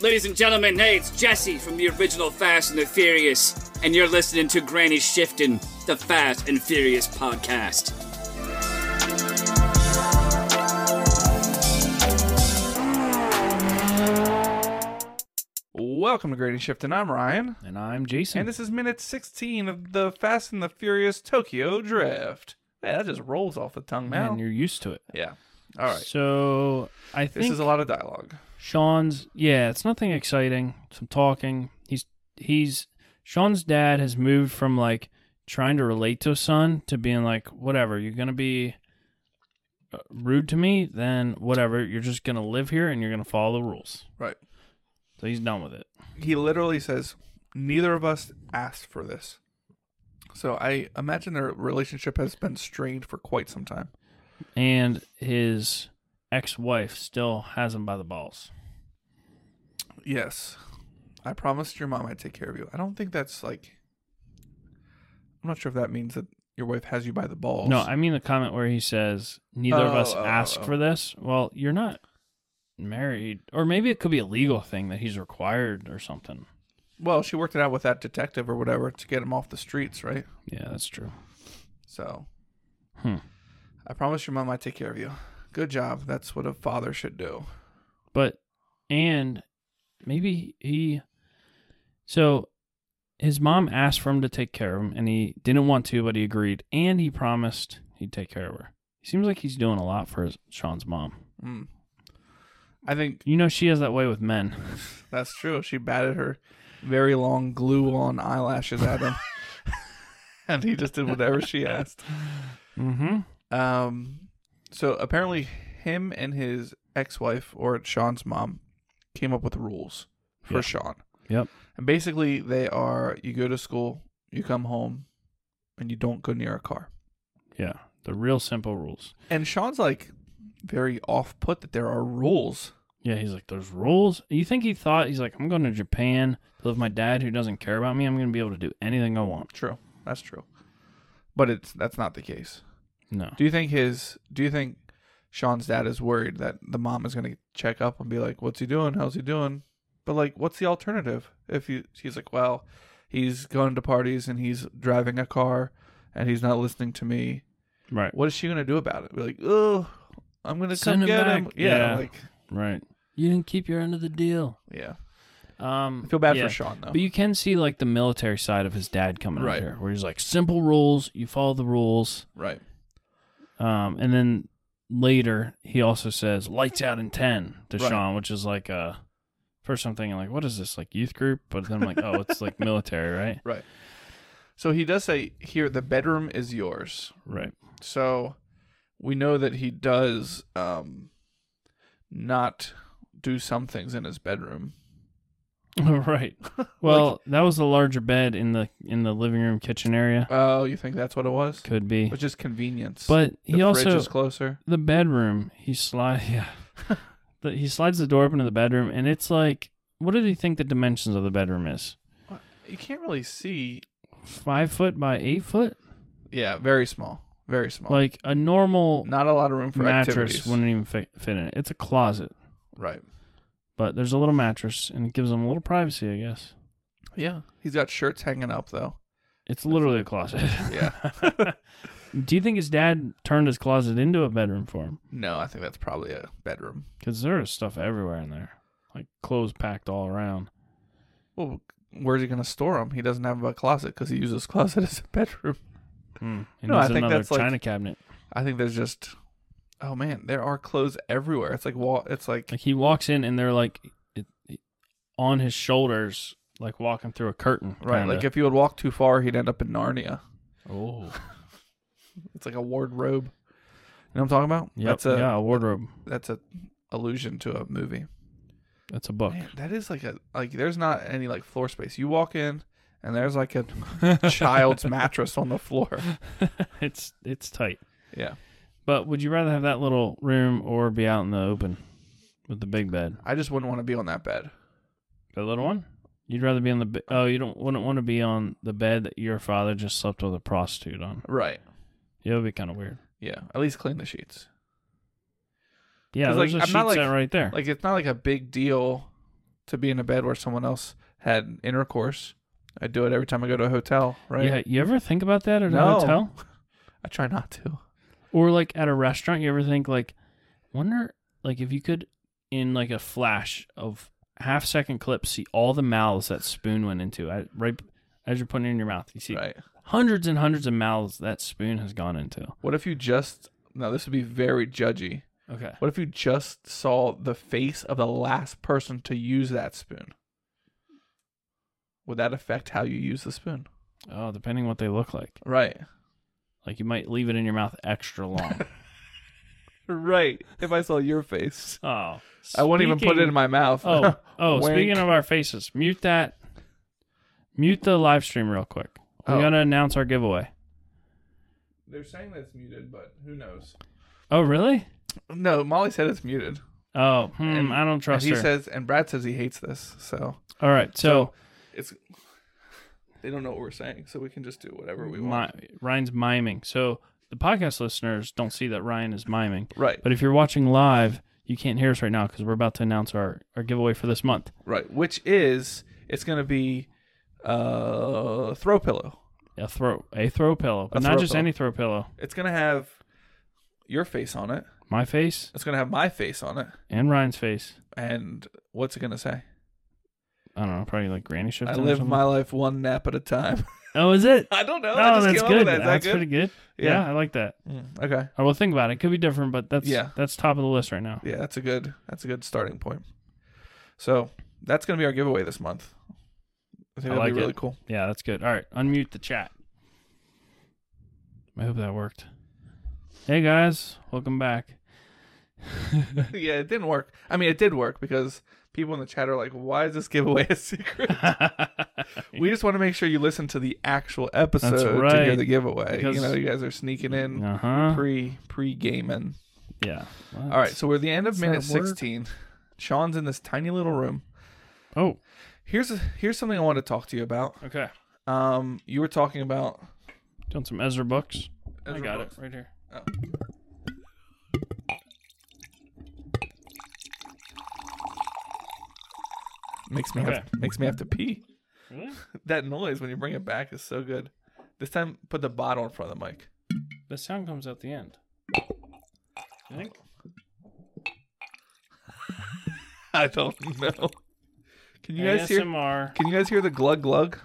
Ladies and gentlemen, hey, it's Jesse from the original Fast and the Furious, and you're listening to Granny Shifting, the Fast and Furious podcast. Welcome to Grading Shift, and I'm Ryan. And I'm Jason. And this is minute 16 of the Fast and the Furious Tokyo Drift. Man, that just rolls off the tongue now. and you're used to it. yeah. All right. So I This think is a lot of dialogue. Sean's yeah, it's nothing exciting. Some talking. He's he's Sean's dad has moved from like trying to relate to his son to being like whatever, you're going to be uh, rude to me, then whatever, you're just going to live here and you're going to follow the rules. Right. So he's done with it. He literally says, Neither of us asked for this. So I imagine their relationship has been strained for quite some time. And his ex-wife still has him by the balls. Yes. I promised your mom I'd take care of you. I don't think that's like. I'm not sure if that means that your wife has you by the balls. No, I mean the comment where he says neither of us Oh, oh, asked oh. for this. Well, you're not married, or maybe it could be a legal thing that he's required or something. Well, she worked it out with that detective or whatever to get him off the streets, right? Yeah, that's true. So, Hmm. I promise your mom I take care of you. Good job. That's what a father should do. But and maybe he so his mom asked for him to take care of him and he didn't want to, but he agreed and he promised he'd take care of her. He seems like he's doing a lot for his, Sean's mom. Mm. I think You know she has that way with men. that's true. She batted her very long glue on eyelashes at him, and he just did whatever she asked. mm-hmm. Um, so apparently, him and his ex-wife, or Sean's mom, came up with rules for Yeah. Sean. Yep. And basically, they are: you go to school, you come home, and you don't go near a car. Yeah. The real simple rules. And Sean's like very off put that there are rules. Yeah, he's like, there's rules. You think he thought he's like, I'm going to Japan to live with my dad who doesn't care about me. I'm going to be able to do anything I want. True, that's true. But it's that's not the case. No, Do you think his? Do you think Sean's dad is worried that the mom is going to check up and be like, "What's he doing? How's he doing?" But like, what's the alternative? If you, he's like, "Well, he's going to parties and he's driving a car and he's not listening to me." right, What is she going to do about it? Be like, "Oh, I'm going to come Send him get back." him." Yeah, Yeah. like right. You didn't keep your end of the deal. yeah. Um, I feel bad for yeah. Sean though. But you can see like the military side of his dad coming out Right. here, where he's like, simple rules. You follow the rules. right. Um, and then later he also says, lights out in ten to Right. Sean, which is like uh First, I'm thinking like, what is this like youth group? But then I'm like, oh, it's like military, right? So he does say here the bedroom is yours. Right. So we know that he does um not do some things in his bedroom. right. Well, that was the larger bed in the in the living room kitchen area. Oh, you think that's what it was? Could be, Which is convenience. but the he also fridge is closer. the bedroom. He slides. Yeah, the, he slides the door open to the bedroom, and it's like, what do you think the dimensions of the bedroom is? You can't really see. Five foot by eight foot. Yeah, very small, very small. Like a normal not a lot of room for mattress activities. wouldn't even fit, fit in it. It's a closet, Right. but there's a little mattress, and it gives him a little privacy, I guess. Yeah. He's got shirts hanging up though. It's literally a closet. Yeah. Do you think his dad turned his closet into a bedroom for him? no, I think that's probably a bedroom. Because there is stuff everywhere in there. Like clothes packed all around. Well, where's he gonna store them? He doesn't have a closet because he uses closet as a bedroom. He No, I needs think another that's, like- china cabinet. I think there's just oh man, there are clothes everywhere. It's like wall it's like Like he walks in and they're like it, it- on his shoulders, like walking through a curtain. right, kinda. like if you would walk too far he'd end up in Narnia. oh, It's like a wardrobe. You know what I'm talking about? yep, That's a yeah, a wardrobe. that's a allusion to a movie. That's a book. Man, that is like a like there's not any like floor space. You walk in and there's like a child's mattress on the floor. it's it's tight. Yeah. But would you rather have that little room or be out in the open with the big bed? I just wouldn't want to be on that bed. The little one. You'd rather be on the be- oh you don't wouldn't want to be on the bed that your father just slept with a prostitute on. Right. Yeah, it would be kind of weird. Yeah. At least clean the sheets. Yeah, 'Cause, there's like, a I'm sheet not, like- set right there. Like it's not like a big deal to be in a bed where someone else had intercourse. I do it every time I go to a hotel, right? Yeah, you ever think about that at No. a hotel? I try not to. Or like at a restaurant, you ever think like, wonder like if you could in like a flash of half second clip see all the mouths that spoon went into I, right as you're putting it in your mouth. You see Right. hundreds and hundreds of mouths that spoon has gone into. What if you just now this would be very judgy. Okay. What if you just saw the face of the last person to use that spoon? Would that affect how you use the spoon? Oh, depending what they look like. Right. Like you might leave it in your mouth extra long. Right. If I saw your face, oh. I wouldn't even put it speaking- in my mouth. Oh, oh! Wink. Speaking of our faces, mute that. Mute the live stream real quick. We're Oh. gonna announce our giveaway. They're saying that it's muted, but who knows? Oh, really? No, Molly said it's muted. Oh, hmm, And- I don't trust and he her. says, and Brad says he hates this. So All right, so, it's they don't know what we're saying, so we can just do whatever we want. my, Ryan's miming. So the podcast listeners don't see that Ryan is miming, right, but if you're watching live, you can't hear us right now because we're about to announce our our giveaway for this month. right. Which is it's gonna be uh throw pillow. A throw a throw pillow, but A not throw just pillow. any throw pillow. It's gonna have your face on it. My face It's gonna have my face on it. and Ryan's face. And what's it gonna say? I don't know, probably like Granny Shift. I live my life one nap at a time. Oh, is it? I don't know. Oh, I just came that's up with good. that. Is that that's good? pretty good. Yeah. Yeah. I like that. Mm, okay. I will think about it. It could be different, but that's Yeah. that's top of the list right now. Yeah, that's a good that's a good starting point. So that's gonna be our giveaway this month. I think I that'll like be it. really cool. Yeah, that's good. All right, unmute the chat. I hope that worked. Hey guys, welcome back. yeah, it didn't work. I mean, it did work because people in the chat are like, "Why is this giveaway a secret?" we just want to make sure you listen to the actual episode to hear right. the giveaway. Because- you know, you guys are sneaking in Uh huh. pre pre gaming. yeah. All right, so we're at the end of Is that a minute word? sixteen. Sean's in this tiny little room. Oh. Here's a, here's something I want to talk to you about. Okay. Um, you were talking about. Doing some Ezra books. I Ezra got books. it right here. Makes me have, makes me have to pee. Really? That noise when you bring it back is so good. This time, put the bottle in front of the mic. The sound comes at the end. You think? I don't know. Can you guys hear? ASMR. Can you guys hear the glug glug?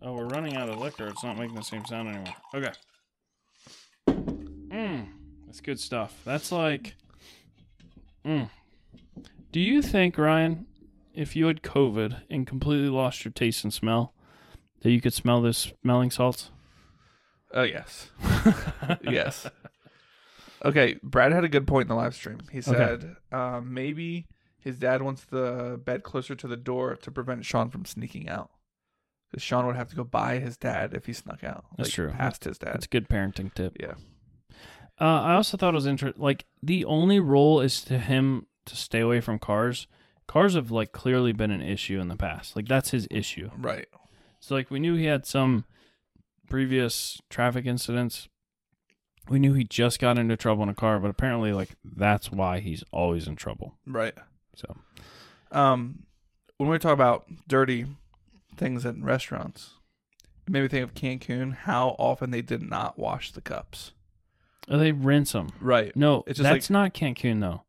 Oh, we're running out of liquor. It's not making the same sound anymore. Okay. Mmm. That's good stuff. That's like. Mmm. Do you think, Ryan, if you had COVID and completely lost your taste and smell, that you could smell those smelling salts? Oh yes, yes. Okay, Brad had a good point in the live stream. He said uh, maybe his dad wants the bed closer to the door to prevent Sean from sneaking out, because Sean would have to go by his dad if he snuck out. That's true. Past his dad. That's a good parenting tip. Yeah. Uh, I also thought it was interesting. Like, the only rule is to him to stay away from cars. Cars have, like, clearly been an issue in the past. Like, that's his issue. Right. So like we knew he had some previous traffic incidents. We knew he just got into trouble in a car, but apparently like that's why he's always in trouble. Right. So Um, when we talk about dirty things in restaurants, it made me think of Cancun. How often they did not wash the cups. oh, they rinse him. Right. No, It's just that's not Cancun though.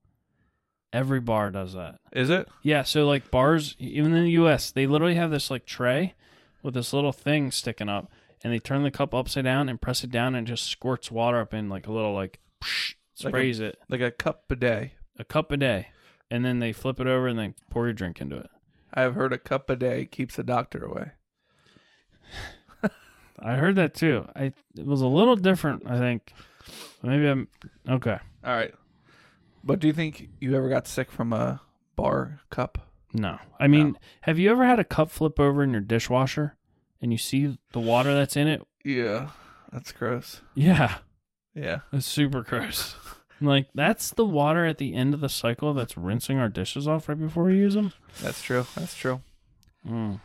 Every bar does that. Is it? Yeah, so like bars, e, even in the U.S., they literally have this like tray with this little thing sticking up, and they turn the cup upside down and press it down, and it just squirts water up in like a little like Like a- sprays it. Like a cup bidet. a cup a day, and then they flip it over and they pour your drink into it. I have heard a cup a day keeps the doctor away. I heard that too. I it was a little different. I think maybe I'm okay. All right. But do you think you ever got sick from a bar cup? No, I mean, have you ever had a cup flip over in your dishwasher and you see the water that's in it? Yeah. That's gross. Yeah, Yeah. it's super gross. I'm like that's the water at the end of the cycle that's rinsing our dishes off right before we use them. That's true. That's true. Mm.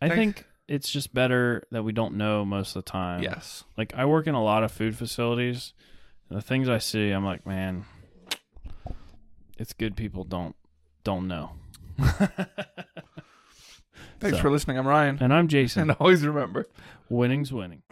I Thanks. think it's just better that we don't know most of the time. Yes. Like I work in a lot of food facilities. and the things I see, I'm like, man, it's good people don't don't know. Thanks So- for listening. I'm Ryan. and I'm Jason. And always remember. Winning's winning.